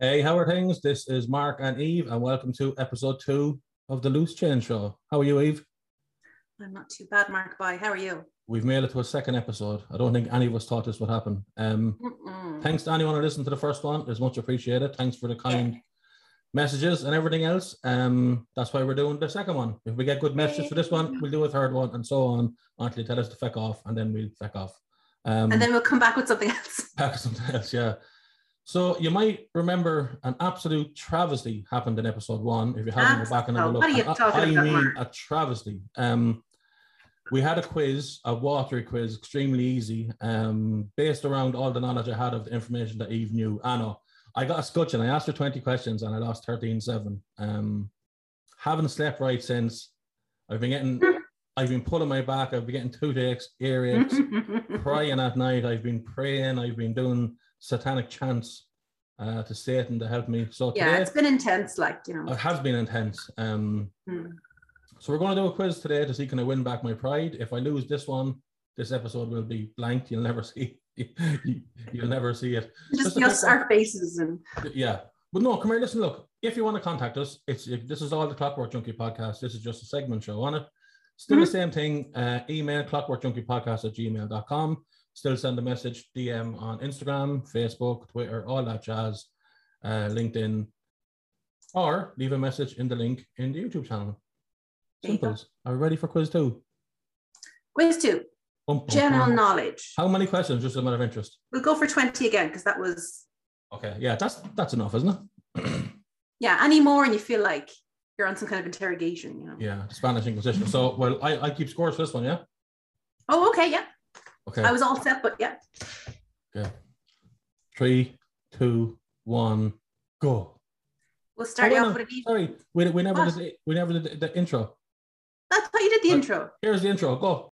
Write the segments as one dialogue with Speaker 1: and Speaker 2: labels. Speaker 1: Hey, how are things? This is Mark and Eve, and welcome to episode two of the Loose Change Show. How are you, Eve?
Speaker 2: I'm not too bad, Mark. Bye. How are you?
Speaker 1: We've made it to a second episode. I don't think any of us thought this would happen. Um,
Speaker 2: Mm-mm.
Speaker 1: thanks to anyone who listened to the first one. It's much appreciated. Thanks for the kind messages and everything else. Um, that's why we're doing the second one. If we get good messages for this one, we'll do a third one and so on until you tell us to feck off, and then we'll feck off. Um,
Speaker 2: And then we'll come back with something else.
Speaker 1: Back to something else, yeah. So you might remember an absolute travesty happened in episode one. If you haven't, go back and have a
Speaker 2: Absolute.
Speaker 1: look.
Speaker 2: What are you
Speaker 1: And I-
Speaker 2: talking
Speaker 1: I
Speaker 2: about,
Speaker 1: mean
Speaker 2: Mark?
Speaker 1: a travesty. Um, we had a quiz, a watery quiz, extremely easy, um, based around all the knowledge I had of the information that Eve knew. Anna, I got a scutcheon. I asked her 20 questions and I lost 13-7. Um, haven't slept right since. I've been getting, I've been pulling my back. I've been getting toothaches, earaches crying at night. I've been praying. I've been doing satanic chants uh, to Satan to help me. So
Speaker 2: yeah,
Speaker 1: today
Speaker 2: it's been intense, like, you know.
Speaker 1: it has been intense. Um,
Speaker 2: Mm.
Speaker 1: so we're going to do a quiz today to see can I win back my pride. If I lose this one, this episode will be blanked. You'll never see. you, will never see it.
Speaker 2: Just
Speaker 1: a
Speaker 2: us,
Speaker 1: bit-
Speaker 2: our faces and
Speaker 1: Yeah. But no, come here. Listen, look. If you want to contact us, it's if this is all the Clockwork Junkie podcast. This is just a segment show on it. Still
Speaker 2: Mm-hmm.
Speaker 1: the same thing. Uh, email clockworkjunkiepodcast at gmail.com. Still send a message, DM on Instagram, Facebook, Twitter, all that jazz, uh, LinkedIn, or leave a message in the link in the YouTube channel.
Speaker 2: There you go.
Speaker 1: Simples. Are we ready for quiz two?
Speaker 2: quiz two,
Speaker 1: Bum, bum,
Speaker 2: general
Speaker 1: bum.
Speaker 2: knowledge.
Speaker 1: How many questions? Just a matter of interest.
Speaker 2: We'll go for 20 again because that was,
Speaker 1: Okay. Yeah, that's that's enough, isn't it?
Speaker 2: yeah, any more and you feel like you're on some kind of interrogation, you know.
Speaker 1: Yeah, Spanish Inquisition. So, well, I, I keep scores for this one, yeah?
Speaker 2: Oh, okay, yeah.
Speaker 1: Okay.
Speaker 2: I was all set, but yeah.
Speaker 1: Three, two, one, go.
Speaker 2: We'll start
Speaker 1: Oh,
Speaker 2: you
Speaker 1: wait,
Speaker 2: off
Speaker 1: no,
Speaker 2: with an
Speaker 1: Sorry, we, we never
Speaker 2: What?
Speaker 1: did the- we never did the, the intro.
Speaker 2: That's how you did the
Speaker 1: What?
Speaker 2: intro.
Speaker 1: Here's the intro. Go.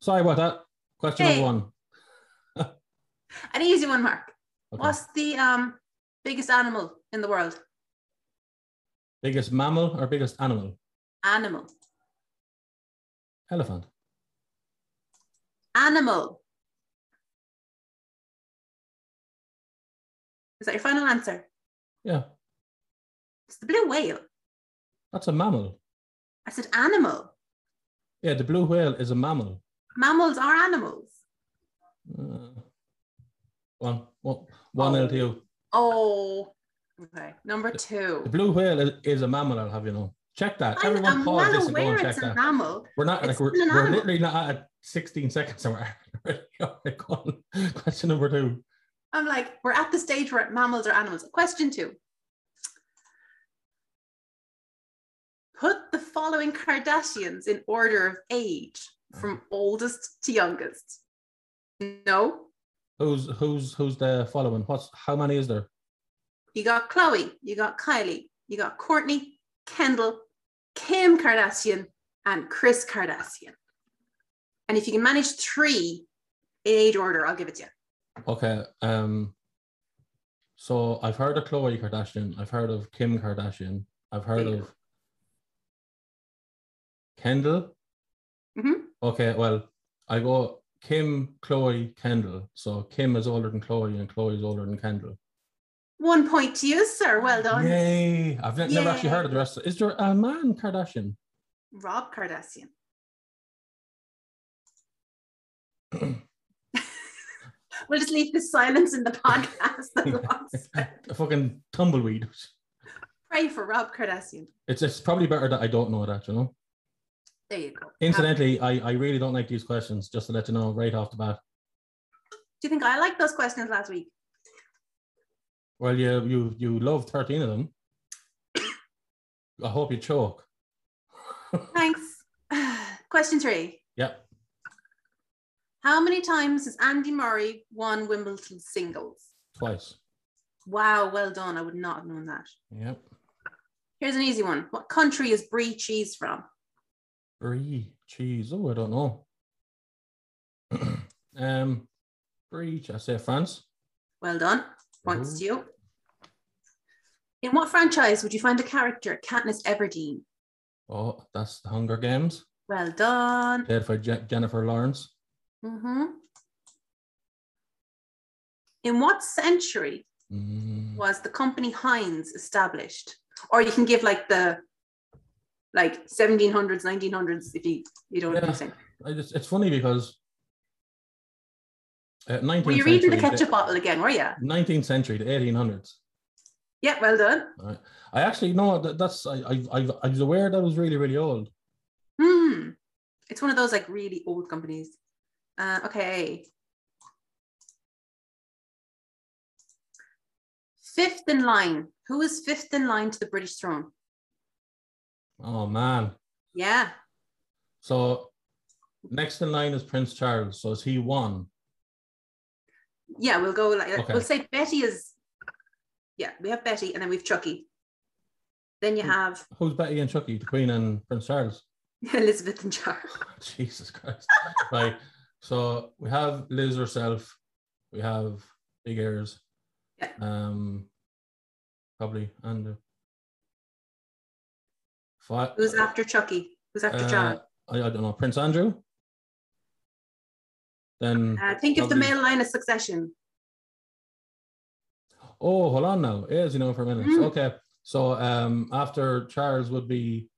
Speaker 1: Sorry about that. Question
Speaker 2: Hey.
Speaker 1: number one.
Speaker 2: An easy one, Mark.
Speaker 1: Okay.
Speaker 2: What's the um biggest animal in the world?
Speaker 1: Biggest mammal or biggest animal?
Speaker 2: Animal.
Speaker 1: Elephant.
Speaker 2: Animal. Is that your final answer?
Speaker 1: Yeah,
Speaker 2: It's the blue whale.
Speaker 1: that's a mammal.
Speaker 2: I said animal.
Speaker 1: Yeah, the blue whale is a mammal.
Speaker 2: Mammals are animals.
Speaker 1: Uh, one, one, one
Speaker 2: Oh.
Speaker 1: LTO.
Speaker 2: Oh. Okay. Number
Speaker 1: The
Speaker 2: two.
Speaker 1: blue whale is, is a mammal, I'll have you know. Check that.
Speaker 2: I'm,
Speaker 1: Everyone
Speaker 2: I'm
Speaker 1: pause this
Speaker 2: well
Speaker 1: and go
Speaker 2: aware
Speaker 1: and check
Speaker 2: it's a
Speaker 1: that.
Speaker 2: mammal.
Speaker 1: We're not like
Speaker 2: it's
Speaker 1: we're,
Speaker 2: still an
Speaker 1: we're
Speaker 2: animal.
Speaker 1: literally not at 16 seconds and we're already gone. Question number two.
Speaker 2: I'm like, we're at the stage where mammals are animals. Question two. Put the following Kardashians in order of age from oldest to youngest. No,
Speaker 1: Who's who's who's the following? What's how many is there?
Speaker 2: You got Chloe, you got Kylie, you got Courtney, Kendall, Kim Kardashian, and Chris Kardashian. And if you can manage three in age order, I'll give it to you.
Speaker 1: Okay. Um so I've heard of Chloe Kardashian, I've heard of Kim Kardashian, I've heard
Speaker 2: Yeah.
Speaker 1: of Kendall.
Speaker 2: Mhm.
Speaker 1: Okay, well, I go Kim, Chloe, Kendall. So Kim is older than Chloe and Chloe is older than Kendall.
Speaker 2: One point to you, sir. Well done.
Speaker 1: Yay! I've ne- never actually heard of the rest. Of- Is there a man Kardashian?
Speaker 2: Rob Kardashian. we'll just leave the silence in the podcast. that was-
Speaker 1: a fucking tumbleweed.
Speaker 2: Pray for Rob Kardashian.
Speaker 1: It's it's probably better that I don't know that. You know.
Speaker 2: There you go. Um,
Speaker 1: Incidentally, I I really don't like these questions. Just to let you know right off the bat.
Speaker 2: do you think I liked those questions last week?
Speaker 1: Well, you you you love thirteen of them. I hope you choke.
Speaker 2: Thanks. Question three.
Speaker 1: Yeah.
Speaker 2: How many times has Andy Murray won Wimbledon singles?
Speaker 1: Twice.
Speaker 2: Wow, well done. I would not have known that.
Speaker 1: Yep.
Speaker 2: Here's an easy one. What country is Brie cheese from?
Speaker 1: Brie cheese. Oh, I don't know. um, Brie. I say France.
Speaker 2: Well done. Points
Speaker 1: Ooh.
Speaker 2: to you. In what franchise would you find a character Katniss Everdeen?
Speaker 1: Oh, that's the Hunger Games,
Speaker 2: Well done.
Speaker 1: played by Je- Jennifer Lawrence.
Speaker 2: hmm In what century
Speaker 1: Mm,
Speaker 2: was the company Heinz established? Or you can give like the like 1700s, 1900s if you you don't
Speaker 1: Yeah.
Speaker 2: understand.
Speaker 1: I just, it's funny because uh, 19th
Speaker 2: Were you reading the
Speaker 1: century,
Speaker 2: ketchup bottle again, were you?
Speaker 1: 19th century, the 1800s.
Speaker 2: Yeah, well done.
Speaker 1: I actually know that, that's I, I I I was aware that was really really old.
Speaker 2: Hmm. It's one of those like really old companies. Uh, okay. Fifth in line. Who is fifth in line to the British throne?
Speaker 1: Oh man!
Speaker 2: Yeah.
Speaker 1: So next in line is Prince Charles. So is he one?
Speaker 2: Yeah, we'll go like
Speaker 1: Okay.
Speaker 2: we'll say Betty is yeah, we have Betty and then we've Chucky. Then you
Speaker 1: Hmm.
Speaker 2: have
Speaker 1: Who's Betty and Chucky, the Queen and Prince Charles?
Speaker 2: Elizabeth and Charles.
Speaker 1: Jesus Christ! right. So we have Liz herself. We have big ears.
Speaker 2: Yeah.
Speaker 1: Um. Probably and. uh, Five,
Speaker 2: Who's after Chucky? Who's after
Speaker 1: uh,
Speaker 2: John?
Speaker 1: I, I don't know. Prince Andrew. Then
Speaker 2: Uh, think of the
Speaker 1: probably-
Speaker 2: male line of succession.
Speaker 1: Oh, hold on now. It is, you know, for a minute.
Speaker 2: Mm.
Speaker 1: Okay. So um after Charles would be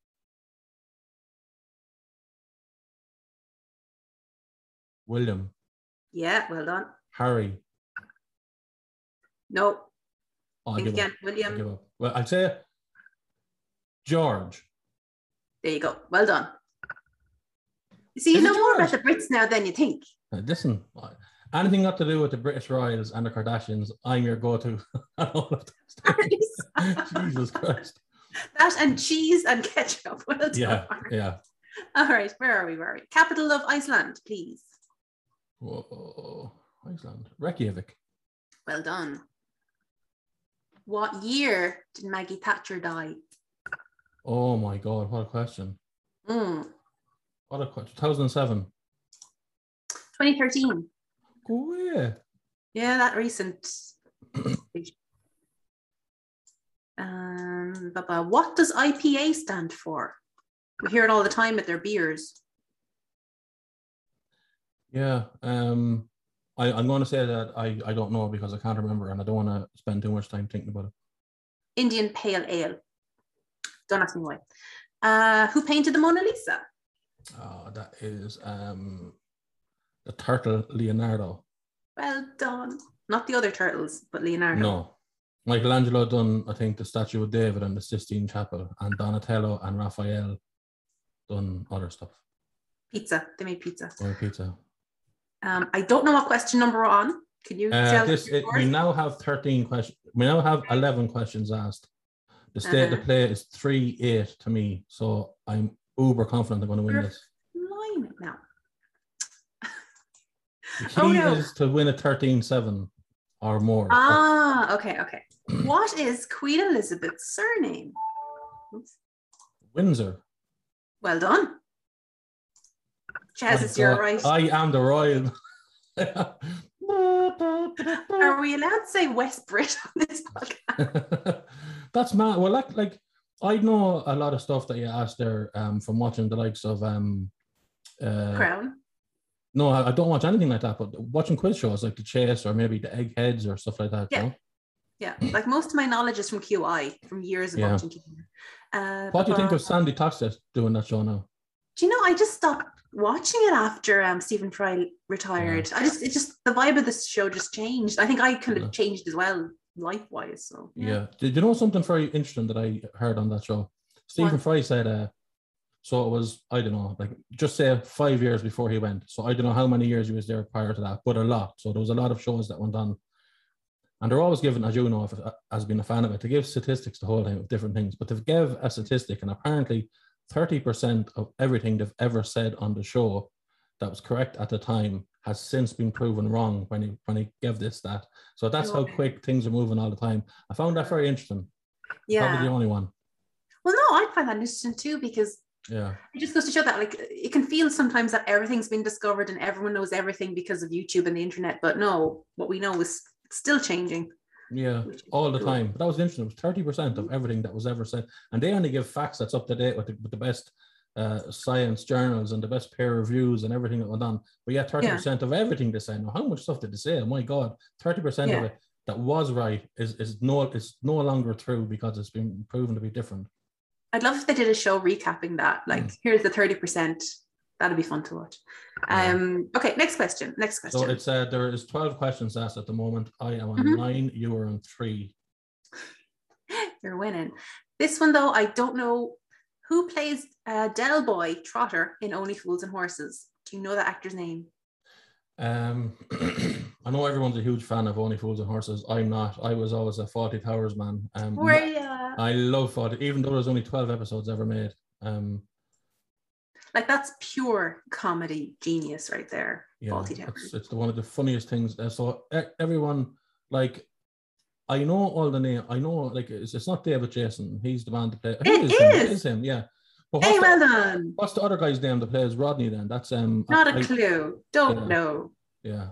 Speaker 1: William,
Speaker 2: Yeah, well done.
Speaker 1: Harry.
Speaker 2: No,
Speaker 1: Oh, I
Speaker 2: think
Speaker 1: give
Speaker 2: again,
Speaker 1: up. I
Speaker 2: William.
Speaker 1: give up. Well, I'd say George.
Speaker 2: There you go. Well done. You See, you
Speaker 1: Is it
Speaker 2: know more
Speaker 1: George?
Speaker 2: about the Brits now than you think.
Speaker 1: Uh, Listen, uh, anything got to do with the British Royals and the Kardashians, I'm your go-to. on all of that. Jesus Christ.
Speaker 2: that and cheese and ketchup. Well done.
Speaker 1: Yeah, yeah.
Speaker 2: All right, where are we? Where are we? Capital of Iceland, please.
Speaker 1: Whoa. Iceland. Reykjavik.
Speaker 2: Well done. What year did Maggie Thatcher die?
Speaker 1: Oh my god, what a question.
Speaker 2: Mm,
Speaker 1: What a question. 2007.
Speaker 2: 2013.
Speaker 1: Go away.
Speaker 2: Yeah, that recent. um, blah, blah. What does IPA stand for? We hear it all the time at their beers.
Speaker 1: Yeah. Um, I, I'm going to say that I, I don't know because I can't remember and I don't want to spend too much time thinking about it.
Speaker 2: Indian Pale Ale. Don't ask me why. Uh, who painted the Mona Lisa?
Speaker 1: Oh, that is um, the turtle Leonardo.
Speaker 2: Well done. Not the other turtles, but Leonardo.
Speaker 1: No. Michelangelo done, I think, the statue of David and the Sistine Chapel, and Donatello and Raphael done other stuff.
Speaker 2: Pizza. They made pizza.
Speaker 1: Or pizza.
Speaker 2: Um, I don't know what question number we're on. Can you
Speaker 1: Uh,
Speaker 2: tell
Speaker 1: this,
Speaker 2: me
Speaker 1: it, we
Speaker 2: yours?
Speaker 1: now have 13 questions. We now have 11 questions asked. The state of the
Speaker 2: Uh-huh.
Speaker 1: play is 3 8 to me. So I'm uber confident I'm going to win this.
Speaker 2: Line it now.
Speaker 1: The key
Speaker 2: Oh, no.
Speaker 1: is to win a 13 7 or more.
Speaker 2: Ah, okay, okay. what is Queen Elizabeth's surname? Oops.
Speaker 1: Windsor.
Speaker 2: Well done. Chaz
Speaker 1: My
Speaker 2: is your
Speaker 1: God,
Speaker 2: right.
Speaker 1: I am the royal.
Speaker 2: Are we allowed to say West Brit on this
Speaker 1: Uh,
Speaker 2: podcast?
Speaker 1: That's mad. Well, like, like I know a lot of stuff that you asked there um, from watching the likes of. Um, uh,
Speaker 2: Crown?
Speaker 1: no, I, I don't watch anything like that, but watching quiz shows like The Chase or maybe The Eggheads or stuff like that. you
Speaker 2: Yeah.
Speaker 1: know?
Speaker 2: Yeah, like most of my knowledge is from QI, from years of
Speaker 1: Yeah.
Speaker 2: watching QI. Uh,
Speaker 1: What do you think
Speaker 2: but-
Speaker 1: of Sandy Toxis doing that show now?
Speaker 2: Do you know? I just stopped watching it after um, Stephen Fry retired. I just, it just the vibe of this show just changed. I think I kind
Speaker 1: Yeah.
Speaker 2: of changed as well, life wise. So
Speaker 1: Yeah. Did you know something very interesting that I heard on that show? Stephen
Speaker 2: What?
Speaker 1: Fry said, uh, so it was, I don't know, like just say five years before he went. So I don't know how many years he was there prior to that, but a lot. So there was a lot of shows that went on. And they're always given, as you know, if, uh, as being a fan of it, they give statistics the whole time of different things, but they've give a statistic, and apparently 30% of everything they've ever said on the show that was correct at the time has since been proven wrong when he when he gave this that. So that's how
Speaker 2: Okay.
Speaker 1: quick things are moving all the time. I found that very interesting. Probably
Speaker 2: yeah.
Speaker 1: the only one.
Speaker 2: Well, no, I find that interesting too because
Speaker 1: Yeah.
Speaker 2: it just goes to show that like it can feel sometimes that everything's been discovered and everyone knows everything because of YouTube and the internet. But no, what we know is still changing.
Speaker 1: Yeah,
Speaker 2: which is
Speaker 1: all the
Speaker 2: cool.
Speaker 1: time. But that was interesting. It was thirty percent of everything that was ever said, and they only give facts that's up to date with the, with the best uh, science journals and the best peer reviews and everything that went on. But yeah, thirty percent of everything they say. Now, how much stuff did they say? Oh my God, thirty percent of
Speaker 2: Yeah.
Speaker 1: it that was right is is no is no longer true because it's been proven to be different.
Speaker 2: I'd love if they did a show recapping that. Like,
Speaker 1: Mm.
Speaker 2: here's the 30%. That'll be fun to watch.
Speaker 1: Yeah.
Speaker 2: Um, okay, next question. Next question.
Speaker 1: So it's uh, there is twelve questions asked at the moment. I am on
Speaker 2: Mhm.
Speaker 1: nine. You are on three.
Speaker 2: You're winning. This one though, I don't know who plays uh, Del Boy Trotter in Only Fools and Horses. Do you know that actor's name?
Speaker 1: Mm-hmm. Um, I know everyone's a huge fan of Only Fools and Horses. I'm not. I was always a Forty Towers man. Um,
Speaker 2: Where yeah.
Speaker 1: I love Forty, even though there's only twelve episodes ever made. Um,
Speaker 2: like that's pure comedy genius right there.
Speaker 1: yeah,
Speaker 2: Faulty Towers.
Speaker 1: it's, it's the, one of the funniest things. Uh, So e- everyone, like, I know all the name. I know, like, it's, it's not David Jason. He's the man to play.
Speaker 2: It
Speaker 1: Him. It
Speaker 2: is.
Speaker 1: is him. Yeah. But what's,
Speaker 2: Hey,
Speaker 1: the,
Speaker 2: well done.
Speaker 1: what's the other guy's name that plays Rodney? Then that's um.
Speaker 2: Not
Speaker 1: I-
Speaker 2: a clue. Don't
Speaker 1: yeah.
Speaker 2: know.
Speaker 1: Yeah.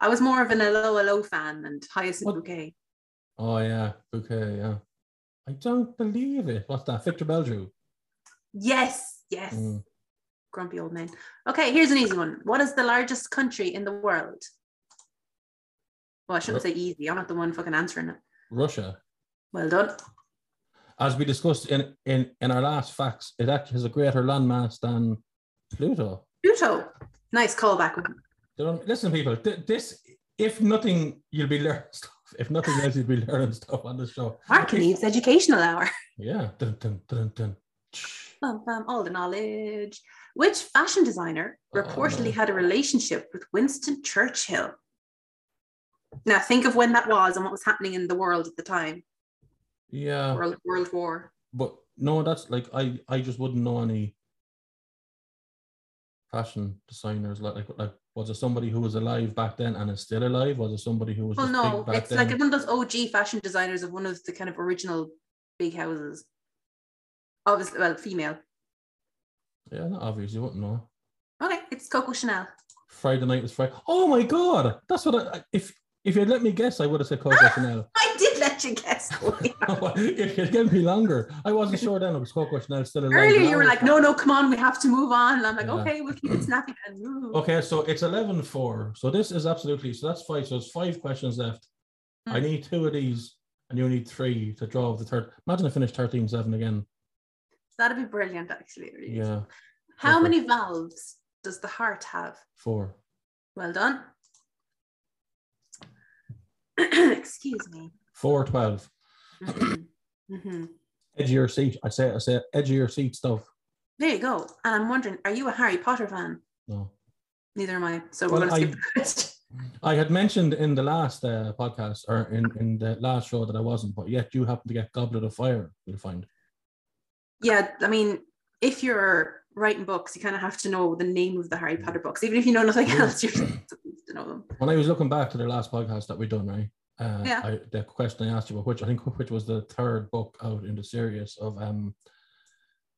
Speaker 2: I was more of an hello hello fan and Hyacinth
Speaker 1: What-
Speaker 2: Bouquet.
Speaker 1: Oh yeah. Okay. Yeah. I don't believe it. What's that? Victor Bellew.
Speaker 2: Yes, yes.
Speaker 1: Mm.
Speaker 2: Grumpy old man. Okay, here's an easy one. What is the largest country in the world? Well, I shouldn't say easy. I'm not the one fucking answering it.
Speaker 1: Russia.
Speaker 2: Well done.
Speaker 1: As we discussed in, in, in our last facts, it actually has a greater landmass than Pluto.
Speaker 2: Pluto. Nice callback. one.
Speaker 1: There are- listen, people, th- this, if nothing, you'll be learning stuff. If nothing else, you'll be learning stuff on the show.
Speaker 2: Mark and Eve's educational hour.
Speaker 1: Yeah. Dun, dun, dun, dun.
Speaker 2: Bum, bum, all the knowledge. Which fashion designer
Speaker 1: Oh,
Speaker 2: reportedly
Speaker 1: no.
Speaker 2: had a relationship with Winston Churchill? Now think of when that was and what was happening in the world at the time.
Speaker 1: Yeah.
Speaker 2: World, world War.
Speaker 1: But no, that's like, I, I just wouldn't know any fashion designers. Like, like, like, was it somebody who was alive back then and is still alive? Was it somebody who was
Speaker 2: Well,
Speaker 1: just
Speaker 2: Oh, no,
Speaker 1: big back
Speaker 2: it's
Speaker 1: then?
Speaker 2: like one of those OG fashion designers of one of the kind of original big houses. Obviously, well, female.
Speaker 1: yeah, not obvious. You wouldn't know.
Speaker 2: Okay, it's Coco Chanel.
Speaker 1: Friday night was Friday. Oh my god, that's what I I- if if you'd let me guess, I would have said Coco Chanel.
Speaker 2: I did let you guess. Colleen.
Speaker 1: if you'd given me longer, I wasn't sure then it was Coco Chanel still alive.
Speaker 2: Earlier,
Speaker 1: Now
Speaker 2: you were
Speaker 1: it's-
Speaker 2: like, no, no, come on, we have to move on. And I'm like,
Speaker 1: Yeah.
Speaker 2: okay, we'll keep it snappy and move.
Speaker 1: Okay, so it's 11 4. So this is absolutely so that's five. So it's five questions left. I
Speaker 2: Hmm.
Speaker 1: need two of these, and you need three to draw the third. Imagine I finished 13 7 again.
Speaker 2: That'd be brilliant, actually. it really is.
Speaker 1: Yeah,
Speaker 2: How
Speaker 1: perfect.
Speaker 2: many valves does the heart have?
Speaker 1: four.
Speaker 2: Well done. Excuse me.
Speaker 1: Four, 12.
Speaker 2: Mhm. Mhm.
Speaker 1: Edge of your seat. I say, I say, edge of your seat stuff.
Speaker 2: There you go. And I'm wondering, are you a Harry Potter fan?
Speaker 1: No.
Speaker 2: Neither am I. So
Speaker 1: Well,
Speaker 2: we're
Speaker 1: I-
Speaker 2: going to skip the question.
Speaker 1: I had mentioned in the last uh, podcast or in, in the last show that I wasn't, but yet you happen to get Goblet of Fire, you'll find.
Speaker 2: Yeah, I mean, if you're writing books, you kind of have to know the name of the Harry Potter books, even if you know nothing
Speaker 1: Mm. Yeah.
Speaker 2: else. You're supposed to know them.
Speaker 1: When I was looking back to the last podcast that we done, right? Uh,
Speaker 2: Yeah.
Speaker 1: I, the question I asked you about which I think which was the third book out in the series of um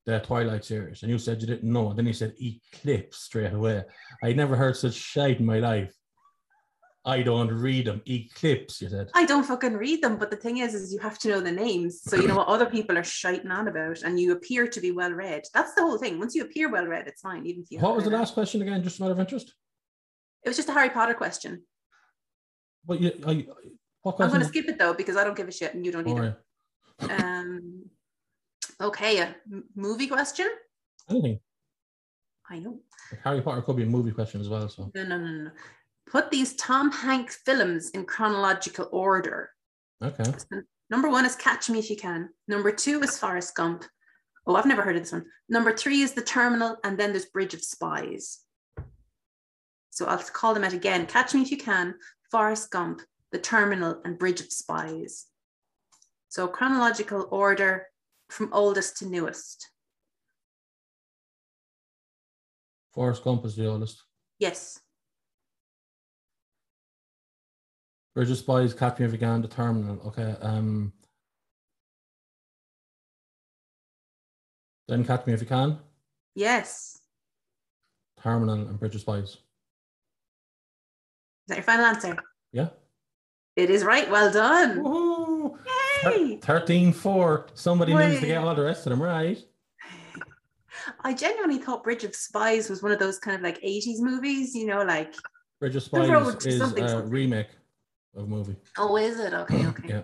Speaker 1: the Twilight series, and you said you didn't know, and then you said Eclipse straight away. I never heard such shite in my life. I don't read them. Eclipse, you said.
Speaker 2: I don't fucking read them, but the thing is, is you have to know the names, so you know what other people are shiting on about, and you appear to be well read. That's the whole thing. Once you appear well read, it's fine, even if you.
Speaker 1: What
Speaker 2: haven't
Speaker 1: was the
Speaker 2: read it.
Speaker 1: last question again? Just a matter of interest.
Speaker 2: It was just a Harry Potter question.
Speaker 1: But you, I, what
Speaker 2: I'm
Speaker 1: question?
Speaker 2: going to skip it though because I don't give a shit and you don't
Speaker 1: All
Speaker 2: either.
Speaker 1: right.
Speaker 2: Um, okay, a m- movie question.
Speaker 1: Anything.
Speaker 2: I know.
Speaker 1: Like Harry Potter could be a movie question as well. So
Speaker 2: No, no, no, no. Put these Tom Hanks films in chronological order.
Speaker 1: okay,
Speaker 2: Number one is Catch Me If You Can. Number two is Forrest Gump. Oh, I've never heard of this one. Number three is The Terminal, and then there's Bridge of Spies. So I'll call them out again. Catch Me If You Can, Forrest Gump, The Terminal, and Bridge of Spies. So chronological order from oldest to newest.
Speaker 1: Forrest Gump is the oldest.
Speaker 2: Yes.
Speaker 1: Bridge of Spies, Catch Me If You Can, The Terminal. Okay, um, then Catch Me If You Can,
Speaker 2: Yes.
Speaker 1: Terminal, and Bridge of Spies.
Speaker 2: Is that your final answer?
Speaker 1: Yeah,
Speaker 2: It is right. Well done.
Speaker 1: Woohoo!
Speaker 2: Yay!
Speaker 1: 13 4. Somebody needs to
Speaker 2: Wait.
Speaker 1: get all the rest of them right.
Speaker 2: I genuinely thought Bridge of Spies was one of those kind of like 80s movies, you know, like,
Speaker 1: Bridge of
Speaker 2: The road
Speaker 1: Spies
Speaker 2: to
Speaker 1: is
Speaker 2: something,
Speaker 1: a
Speaker 2: something.
Speaker 1: remake of movie.
Speaker 2: oh, is it? Okay, okay.
Speaker 1: Yeah.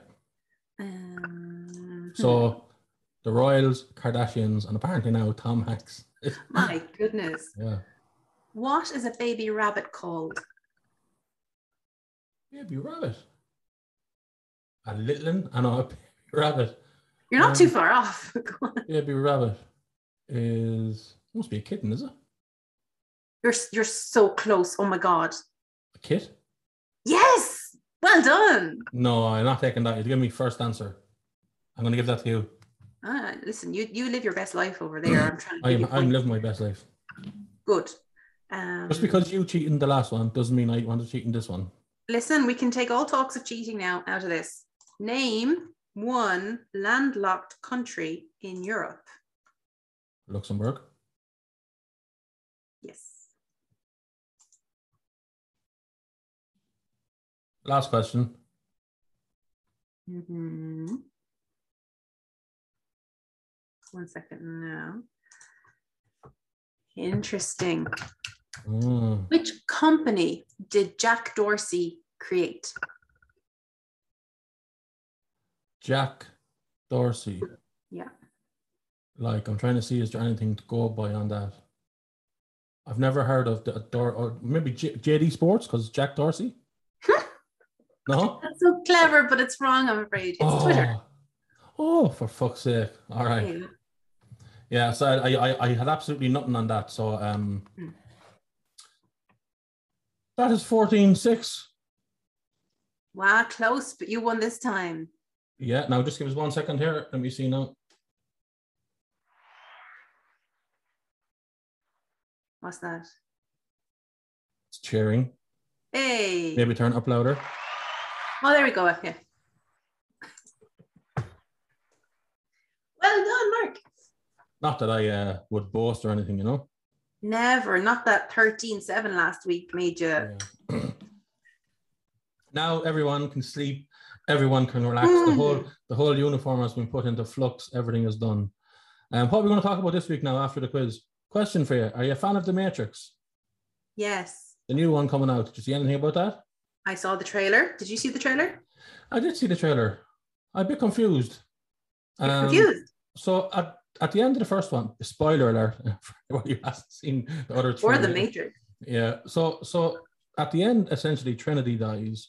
Speaker 2: Um,
Speaker 1: So the Royals, Kardashians, and apparently now Tom Hanks.
Speaker 2: my goodness.
Speaker 1: yeah.
Speaker 2: What is a baby rabbit called?
Speaker 1: Baby rabbit. A little un and a baby rabbit.
Speaker 2: You're not
Speaker 1: Um,
Speaker 2: too far off. Go on.
Speaker 1: Baby rabbit is must be a kitten, is it?
Speaker 2: you're you're so close. Oh my god.
Speaker 1: A kit?
Speaker 2: Yes. Well done.
Speaker 1: No, I'm not taking that. You give me first answer. I'm gonna give that to you.
Speaker 2: Ah, listen, you you live your best life over there. I'm trying to give
Speaker 1: I'm
Speaker 2: you
Speaker 1: I'm
Speaker 2: points.
Speaker 1: living my best life.
Speaker 2: good. Um,
Speaker 1: Just because you cheated in the last one doesn't mean I want to cheat in this one.
Speaker 2: Listen, we can take all talks of cheating now out of this. Name one landlocked country in Europe.
Speaker 1: Luxembourg,
Speaker 2: Yes.
Speaker 1: last question.
Speaker 2: hmm One second now. Interesting.
Speaker 1: Mm.
Speaker 2: Which company did Jack Dorsey create?
Speaker 1: Jack Dorsey.
Speaker 2: Yeah.
Speaker 1: Like I'm trying to see is there anything to go by on that? I've never heard of the Dor or maybe J- JD Sports because Jack Dorsey. no.
Speaker 2: That's so clever, but it's wrong, I'm afraid. It's Twitter.
Speaker 1: Oh. oh, for fuck's sake! All right.
Speaker 2: Yeah.
Speaker 1: Yeah, so I, I, I had absolutely nothing on that. So um,
Speaker 2: Hmm.
Speaker 1: that is 14 6.
Speaker 2: Wow, close, but you won this time.
Speaker 1: Yeah, now just give us one second here. Let me see now.
Speaker 2: What's that?
Speaker 1: It's cheering.
Speaker 2: Hey.
Speaker 1: Maybe turn it up louder.
Speaker 2: Oh, there we go. Yeah. Well done, Mark.
Speaker 1: Not that I uh, would boast or anything, you know.
Speaker 2: Never. Not that 13 7 last week made you.
Speaker 1: Yeah. now everyone can sleep. Everyone can relax. The
Speaker 2: Hmm.
Speaker 1: whole the whole uniform has been put into flux. Everything is done. And um, what are we going to talk about this week now after the quiz? Question for you: Are you a fan of The Matrix?
Speaker 2: Yes.
Speaker 1: The new one coming out. Did you see anything about that?
Speaker 2: I saw the trailer. Did you see the trailer?
Speaker 1: I did see the trailer. I'm a bit confused.
Speaker 2: You're
Speaker 1: Um,
Speaker 2: confused.
Speaker 1: So at, at the end of the first one, spoiler alert for anyone who hasn't seen the other
Speaker 2: Or the
Speaker 1: trilogy.
Speaker 2: Matrix.
Speaker 1: Yeah. So so at the end, essentially Trinity dies.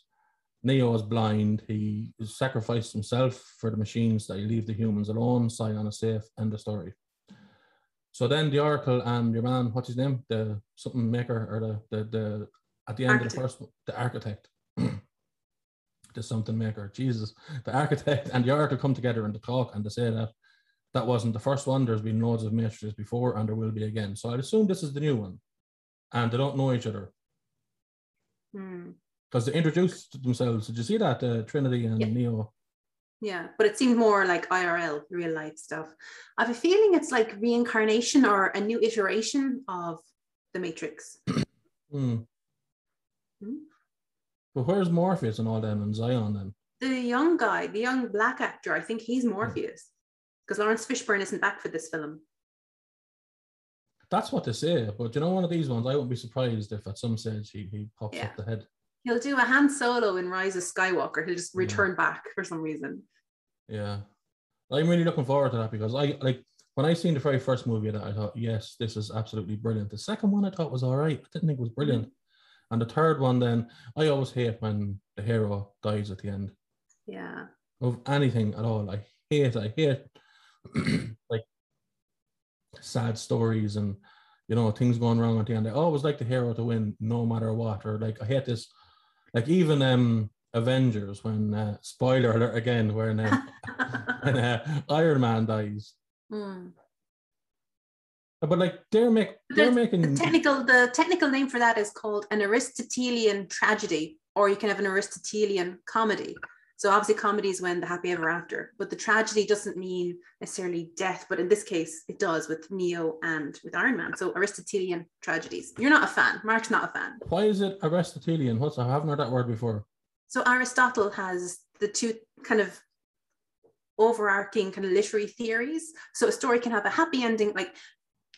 Speaker 1: Neo is blind. He sacrificed himself for the machines that he leave the humans alone. Sion is safe. End of story. So then the Oracle and your man, what's his name? The something maker or the the, the at the end of the
Speaker 2: Architect.
Speaker 1: first one, the architect. the something maker. Jesus. The architect and the Oracle come together and to talk and to say that that wasn't the first one. There's been loads of matrices before and there will be again. So I'd assume this is the new one. And they don't know each other
Speaker 2: Hmm.
Speaker 1: because they introduced themselves. Did you see that uh, Trinity and
Speaker 2: Yeah.
Speaker 1: Neo?
Speaker 2: Yeah, but it seemed more like IRL, real life stuff. I have a feeling it's like reincarnation or a new iteration of the Matrix.
Speaker 1: Hmm.
Speaker 2: Hmm.
Speaker 1: But where's Morpheus and all them and Zion then?
Speaker 2: The young guy, the young black actor, I think he's Morpheus because Lawrence Fishburne isn't back for this film.
Speaker 1: That's what they say. But you know, one of these ones, I wouldn't be surprised if at some stage he, he pops
Speaker 2: Yeah.
Speaker 1: up the head.
Speaker 2: He'll do a Han Solo in Rise of Skywalker. He'll just
Speaker 1: Yeah.
Speaker 2: return back for some reason.
Speaker 1: Yeah. I'm really looking forward to that because I like when I seen the very first movie of that I thought, yes, this is absolutely brilliant. The second one I thought was all right. I didn't think it was
Speaker 2: Mm-hmm.
Speaker 1: brilliant. And the third one then, I always hate when the hero dies at the end.
Speaker 2: Yeah.
Speaker 1: of anything at all. I hate, I hate like sad stories and you know things going wrong at the end. I always like the hero to win no matter what, or like I hate this, like even um Avengers when uh, spoiler alert again when uh, when uh, Iron Man dies.
Speaker 2: Hmm.
Speaker 1: But like they're make they're
Speaker 2: There's- The
Speaker 1: making
Speaker 2: technical the technical name for that is called an Aristotelian tragedy, or you can have an Aristotelian comedy. So obviously comedy is when the happy ever after, but the tragedy doesn't mean necessarily death, but in this case it does with Neo and with Iron Man. So Aristotelian tragedies. You're not a fan. Mark's not a fan.
Speaker 1: why is it Aristotelian? What's I haven't heard that word before.
Speaker 2: So Aristotle has the two kind of overarching kind of literary theories. So a story can have a happy ending, like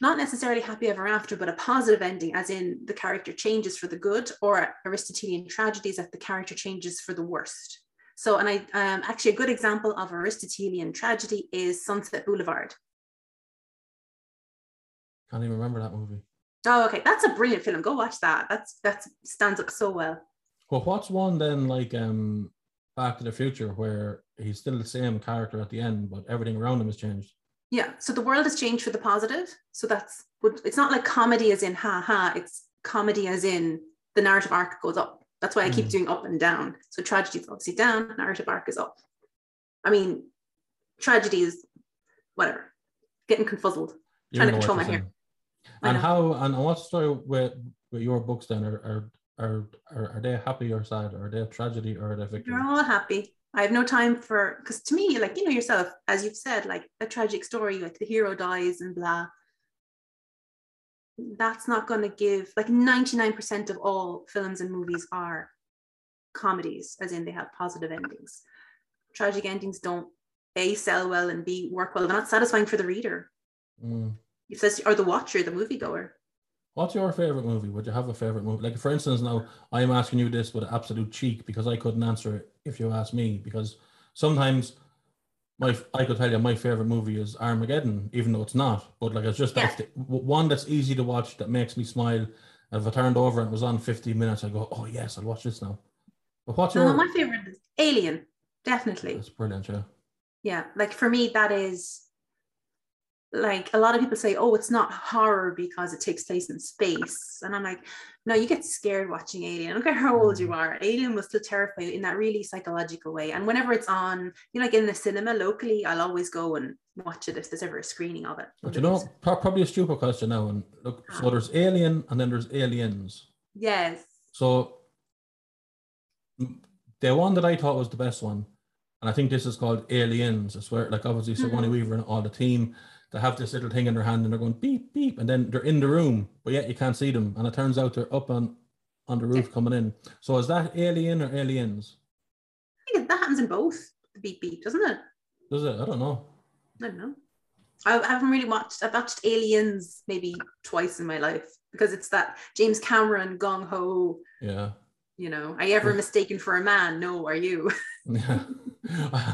Speaker 2: not necessarily happy ever after, but a positive ending, as in the character changes for the good, or Aristotelian tragedies that the character changes for the worst. So, and I um, actually a good example of Aristotelian tragedy is Sunset Boulevard.
Speaker 1: Can't even remember that movie.
Speaker 2: Oh, okay, that's a brilliant film. Go watch that. That's that stands up so well.
Speaker 1: Well, what's one then like um Back to the Future where he's still the same character at the end, but everything around him has changed?
Speaker 2: Yeah. So the world has changed for the positive. So that's it's not like comedy as in ha ha. It's comedy as in the narrative arc goes up. That's why I keep
Speaker 1: Mm.
Speaker 2: doing up and down. So tragedy is obviously down, narrative arc is up. I mean, tragedy is whatever. Getting confuzzled.
Speaker 1: You
Speaker 2: Trying to
Speaker 1: know what
Speaker 2: control
Speaker 1: you're
Speaker 2: my hair.
Speaker 1: saying.
Speaker 2: I
Speaker 1: And
Speaker 2: know.
Speaker 1: how and what's the story with with your books then? Are are are are, are they happy or sad? Are they tragedy or are they victory?
Speaker 2: They're all happy. I have no time for because to me, like you know yourself, as you've said, like a tragic story, like the hero dies and blah. That's not going to give like ninety nine percent of all films and movies are comedies, as in they have positive endings. Tragic endings don't a sell well and b work well. They're not satisfying for the reader,
Speaker 1: Mm.
Speaker 2: it says or the watcher, the moviegoer.
Speaker 1: What's your favorite movie? Would you have a favorite movie? Like for instance, now I am asking you this with absolute cheek because I couldn't answer it if you asked me because sometimes my I could tell you my favorite movie is Armageddon, even though it's not. But like it's just that's the, w- one that's easy to watch that makes me smile. If I turned over and it was on 15 minutes, I go, oh yes, I'll watch this now. But what's
Speaker 2: No,
Speaker 1: your?
Speaker 2: my favorite is Alien, definitely.
Speaker 1: That's brilliant, yeah.
Speaker 2: yeah like for me that is like a lot of people say oh it's not horror because it takes place in space and i'm like no you get scared watching alien i don't care how old
Speaker 1: Mm.
Speaker 2: you are alien was still terrifying in that really psychological way and whenever it's on you know like in the cinema locally i'll always go and watch it if there's ever a screening of it
Speaker 1: But Oh, you know, pro- probably a stupid question now. And look, so there's Alien, and then there's Aliens.
Speaker 2: yes
Speaker 1: So m- the one that I thought was the best one, and I think this is called Aliens. I swear, like obviously Sigourney Weaver and all the team, they have this little thing in their hand and they're going beep beep, and then they're in the room, but yet you can't see them. And it turns out they're up on on the roof coming in. So is that Alien or Aliens?
Speaker 2: i think that happens in both the beep beep doesn't it
Speaker 1: Does it? I don't know.
Speaker 2: I don't know. I I haven't really watched. I've watched Aliens maybe twice in my life because it's that James Cameron gong ho.
Speaker 1: Yeah.
Speaker 2: You know, are you ever
Speaker 1: Mm. mistaken
Speaker 2: mistaken for a man? No, are you?
Speaker 1: Yeah.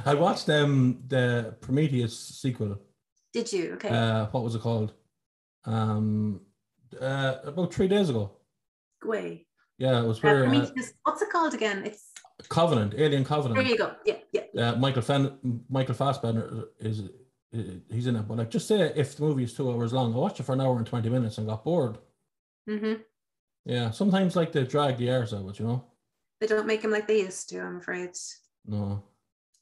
Speaker 1: I watched um the Prometheus sequel.
Speaker 2: Did you? Okay.
Speaker 1: uh, what was it called? Um, uh, about three days ago.
Speaker 2: Way.
Speaker 1: Yeah, it was
Speaker 2: Uh,
Speaker 1: where uh, um,
Speaker 2: Prometheus. What's it called again? It's
Speaker 1: Covenant, Alien
Speaker 2: there.
Speaker 1: Covenant.
Speaker 2: You go. Yeah, yeah.
Speaker 1: Uh, Michael Fen- Michael Fassbender is uh, he's in it, but like just say if the movie is two hours long, I watched it for an hour and twenty minutes and got bored.
Speaker 2: Mm-hmm.
Speaker 1: Yeah, sometimes like they drag the airs out, you know.
Speaker 2: They don't make them like they used to. I'm afraid.
Speaker 1: No,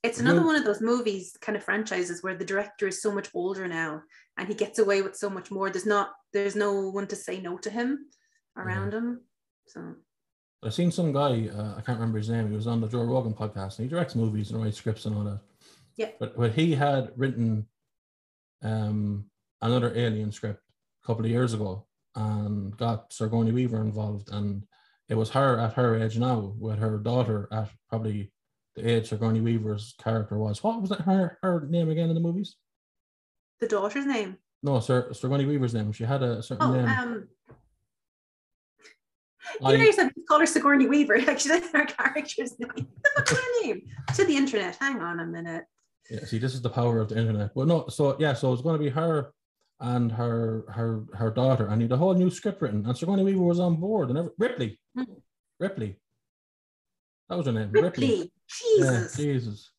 Speaker 2: It's
Speaker 1: Mhm.
Speaker 2: another one of those movies, kind of franchises, where the director is so much older now, and he gets away with so much more. There's not. There's no one to say no to him around him. So
Speaker 1: I seen some guy uh, I can't remember his name. He was on the Joe Rogan podcast, and he directs movies and writes scripts and all that.
Speaker 2: Yeah.
Speaker 1: But but he had written um, another Alien script a couple of years ago and got Sigourney Weaver involved, and it was her at her age now with her daughter at probably the age Sigourney Weaver's character was. What was that her her name again in the movies?
Speaker 2: the daughter's name.
Speaker 1: No, Sir Sigourney Weaver's name. She had a certain
Speaker 2: Oh,
Speaker 1: name.
Speaker 2: um,
Speaker 1: I-
Speaker 2: you know yourself, you call her Sigourney Weaver. Actually, that's her character's name. What's her name? To the internet. Hang on a minute.
Speaker 1: Yeah, see, this is the power of the internet. Well, no, so yeah, so it's going to be her and her her her daughter, and he had a whole new script written. And Sigourney Weaver was on board, and every, Ripley,
Speaker 2: Mhm.
Speaker 1: Ripley, that was her name, Ripley.
Speaker 2: Ripley. Jesus.
Speaker 1: Yeah, Jesus,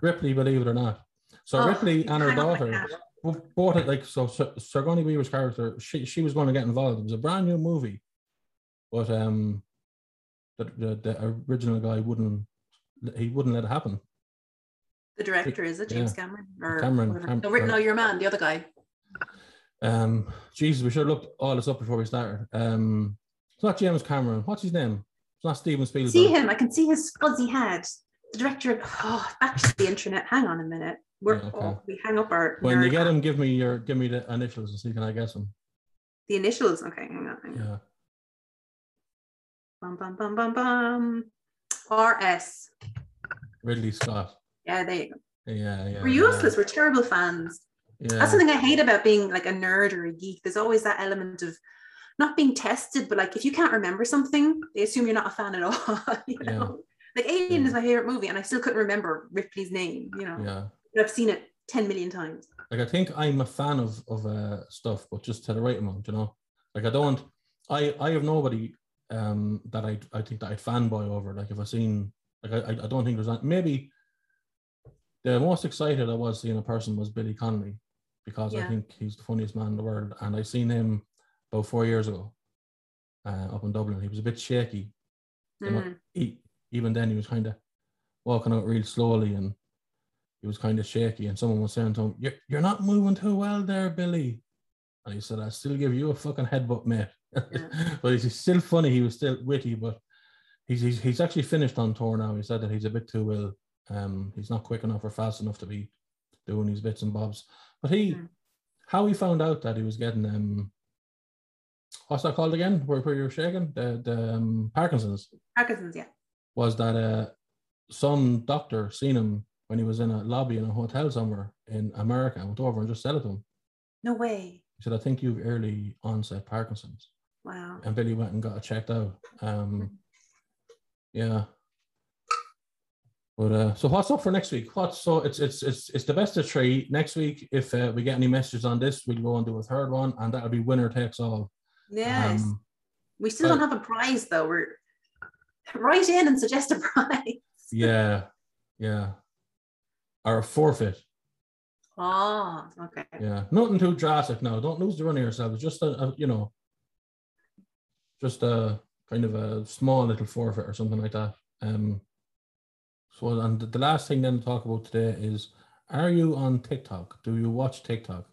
Speaker 1: Ripley, believe it or not. So
Speaker 2: Oh,
Speaker 1: Ripley and her
Speaker 2: hang on like
Speaker 1: daughter
Speaker 2: that.
Speaker 1: w- bought it like so. Sir- Sigourney Weaver's character, she she was going to get involved. It was a brand new movie, but um, the the, the original guy wouldn't he wouldn't let it happen.
Speaker 2: The director is it
Speaker 1: Yeah.
Speaker 2: James Cameron or
Speaker 1: Cameron,
Speaker 2: whatever.
Speaker 1: Cam-
Speaker 2: no, wait, no, your man, the other guy.
Speaker 1: Um, Jesus, we should have looked all this up before we started. Um, it's not James Cameron. What's his name? It's not Steven Spielberg.
Speaker 2: See him. I can see his fuzzy head. The director. Of, oh, back to the internet. Hang on a minute. We're
Speaker 1: Yeah, okay.
Speaker 2: oh, we hang up our
Speaker 1: When you
Speaker 2: nerd-
Speaker 1: get him, give me your give me the initials and see can I guess him.
Speaker 2: the initials. Okay, hang on. Hang on.
Speaker 1: Yeah.
Speaker 2: Bum bum bum bum bum. or S.
Speaker 1: Ridley Scott.
Speaker 2: Yeah, there you go.
Speaker 1: Yeah, yeah.
Speaker 2: We're useless. We're terrible fans.
Speaker 1: Yeah.
Speaker 2: That's something I hate about being like a nerd or a geek. There's always that element of not being tested, but like if you can't remember something, they assume you're not a fan at all. you
Speaker 1: Yeah.
Speaker 2: know? Like Alien
Speaker 1: Yeah.
Speaker 2: is my favorite movie, and I still couldn't remember Ripley's name. You know,
Speaker 1: yeah.
Speaker 2: but I've seen it ten million times.
Speaker 1: like I think I'm a fan of of uh, stuff, but just to the right amount, you know. Like I don't, I I have nobody um that I I think that I'd fanboy over. Like if I seen, like I I- I don't think there's that. Maybe the most excited I was seeing a person was Billy Connolly, because I
Speaker 2: Yeah.
Speaker 1: think he's the funniest man in the world, and I seen him about four years ago, uh, up in Dublin. He was a bit shaky, You know,
Speaker 2: Mm.
Speaker 1: he, even then he was kind of walking out real slowly and he was kind of shaky and someone was saying to him you're, you're not moving too well there billy and he said i still give you a fucking headbutt mate
Speaker 2: Yeah.
Speaker 1: but he's, he's still funny he was still witty but he's, he's he's actually finished on tour now he said that he's a bit too ill um he's not quick enough or fast enough to be doing his bits and bobs but he
Speaker 2: Mm.
Speaker 1: how he found out that he was getting um what's that called again where, where you're shaking the, the um, parkinson's
Speaker 2: Parkinson's, yeah.
Speaker 1: was that uh, some doctor seen him when he was in a lobby in a hotel somewhere in America and went over and just said it to him.
Speaker 2: No way.
Speaker 1: He said, I think you've early onset Parkinson's.
Speaker 2: Wow.
Speaker 1: And Billy went and got it checked out. Um, yeah. But uh, so what's up for next week? What so it's it's it's it's the best of three next week. If uh, we get any messages on this, we'll go and do a third one, and that'll be winner takes all.
Speaker 2: Yes.
Speaker 1: Um,
Speaker 2: we still don't have a prize though. We're write in and suggest a prize.
Speaker 1: yeah, yeah. Or a forfeit.
Speaker 2: Oh, okay.
Speaker 1: Yeah, nothing too drastic now. Don't lose the run of yourselves. Just a, a you know, just a kind of a small little forfeit or something like that. Um. So and the last thing then to talk about today is: Are you on TikTok? Do you watch TikTok?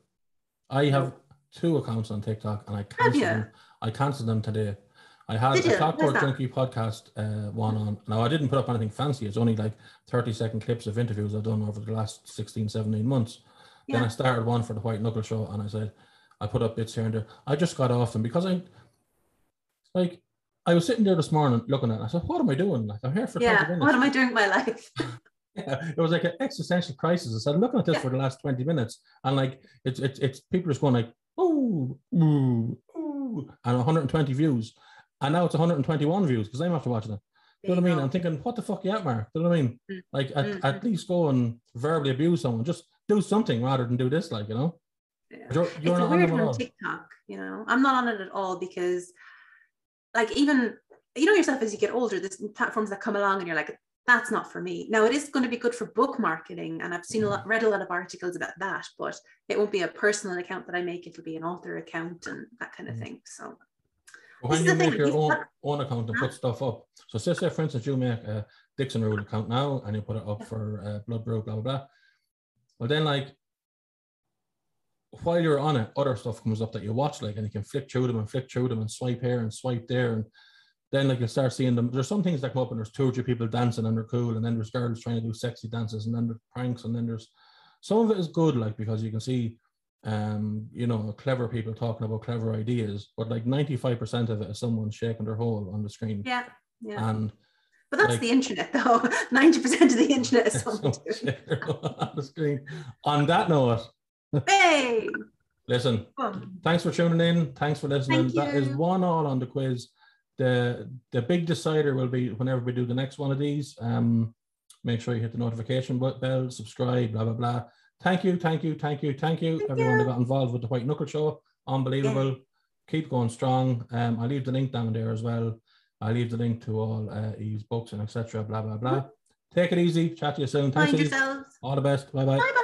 Speaker 1: I have two accounts on TikTok, and I cancelled
Speaker 2: you?
Speaker 1: them. I cancelled them today. I had
Speaker 2: Did
Speaker 1: a
Speaker 2: you?
Speaker 1: Clockwork
Speaker 2: Where's that?
Speaker 1: Junkie podcast uh, one on. Now I didn't put up anything fancy. It's only like thirty second clips of interviews I've done over the last 16, 17 months. Then
Speaker 2: Yeah.
Speaker 1: I started one for the White Knuckle Show, and I said, I put up bits here and there. I just got off them because I, like, I was sitting there this morning looking at. It, I said, "What am I doing? Like, I'm here for
Speaker 2: Yeah.
Speaker 1: 20
Speaker 2: What
Speaker 1: minutes."
Speaker 2: am I doing with my life?
Speaker 1: it was like an existential crisis. I said, "Looking at this
Speaker 2: Yeah.
Speaker 1: for the last 20 minutes, and like, it's it's it's people just going like, ooh, ooh, ooh, and 120 views, and now it's 121 views because I'm after watching it. Do you know what I mean? I'm thinking, what the fuck, yeah, Mark. Do you know what I mean?
Speaker 2: Mm.
Speaker 1: Like, at,
Speaker 2: Mm,
Speaker 1: at least go and verbally abuse someone. Just do something rather than do this, like, you know?
Speaker 2: Yeah.
Speaker 1: You're, you're
Speaker 2: it's
Speaker 1: not
Speaker 2: a
Speaker 1: on
Speaker 2: weird
Speaker 1: them
Speaker 2: one
Speaker 1: at
Speaker 2: on
Speaker 1: all.
Speaker 2: TikTok, you know. I'm not on it at all because like even you know yourself as you get older, there's platforms that come along and you're like, that's not for me. Now it is going to be good for book marketing, and I've seen a lot read a lot of articles about that, but it won't be a personal account that I make, it'll be an author account and that kind of
Speaker 1: Mm.
Speaker 2: thing. So
Speaker 1: But
Speaker 2: This
Speaker 1: when
Speaker 2: is
Speaker 1: you
Speaker 2: the
Speaker 1: make
Speaker 2: thing,
Speaker 1: your
Speaker 2: you
Speaker 1: own,
Speaker 2: can't-
Speaker 1: own account and put stuff up, so say, say for instance, you make a Dixon Rule account now and you put it up for uh, Blood Brew, blah, blah, blah. Well, then, like, while you're on it, other stuff comes up that you watch, like, and you can flick through them and flick through them and swipe here and swipe there. And then, like, you start seeing them. There's some things that come up, and there's two or three people dancing and they're cool. And then there's girls trying to do sexy dances, and then there's pranks. And then there's some of it is good, like, because you can see um, you know, clever people talking about clever ideas, but like 95% of it is someone shaking their hole on the screen.
Speaker 2: yeah, yeah.
Speaker 1: And
Speaker 2: but that's
Speaker 1: Uh, like-
Speaker 2: the internet though. 90% of the internet is someone
Speaker 1: someone
Speaker 2: doing.
Speaker 1: shaking their hole on the screen. On that note,
Speaker 2: Hey,
Speaker 1: listen,
Speaker 2: boom.
Speaker 1: thanks for tuning in. Thanks for listening.
Speaker 2: Thank
Speaker 1: That is
Speaker 2: you.
Speaker 1: one all on the quiz. The the big decider will be whenever we do the next one of these. Um, make sure you hit the notification bu- bell, subscribe, blah blah blah. Thank you, thank you, thank you, thank you,
Speaker 2: Thank
Speaker 1: everyone that
Speaker 2: you.
Speaker 1: got involved with the White Knuckle Show. Unbelievable. Keep going strong. Um, I leave the link down there as well. I leave the link to all uh,
Speaker 2: Mm-hmm.
Speaker 1: Eve's books and etc. Blah blah blah. Take it easy. Chat to you soon. Thanks,
Speaker 2: Mind
Speaker 1: Eve.
Speaker 2: yourselves.
Speaker 1: All the best. Bye bye.
Speaker 2: Bye bye.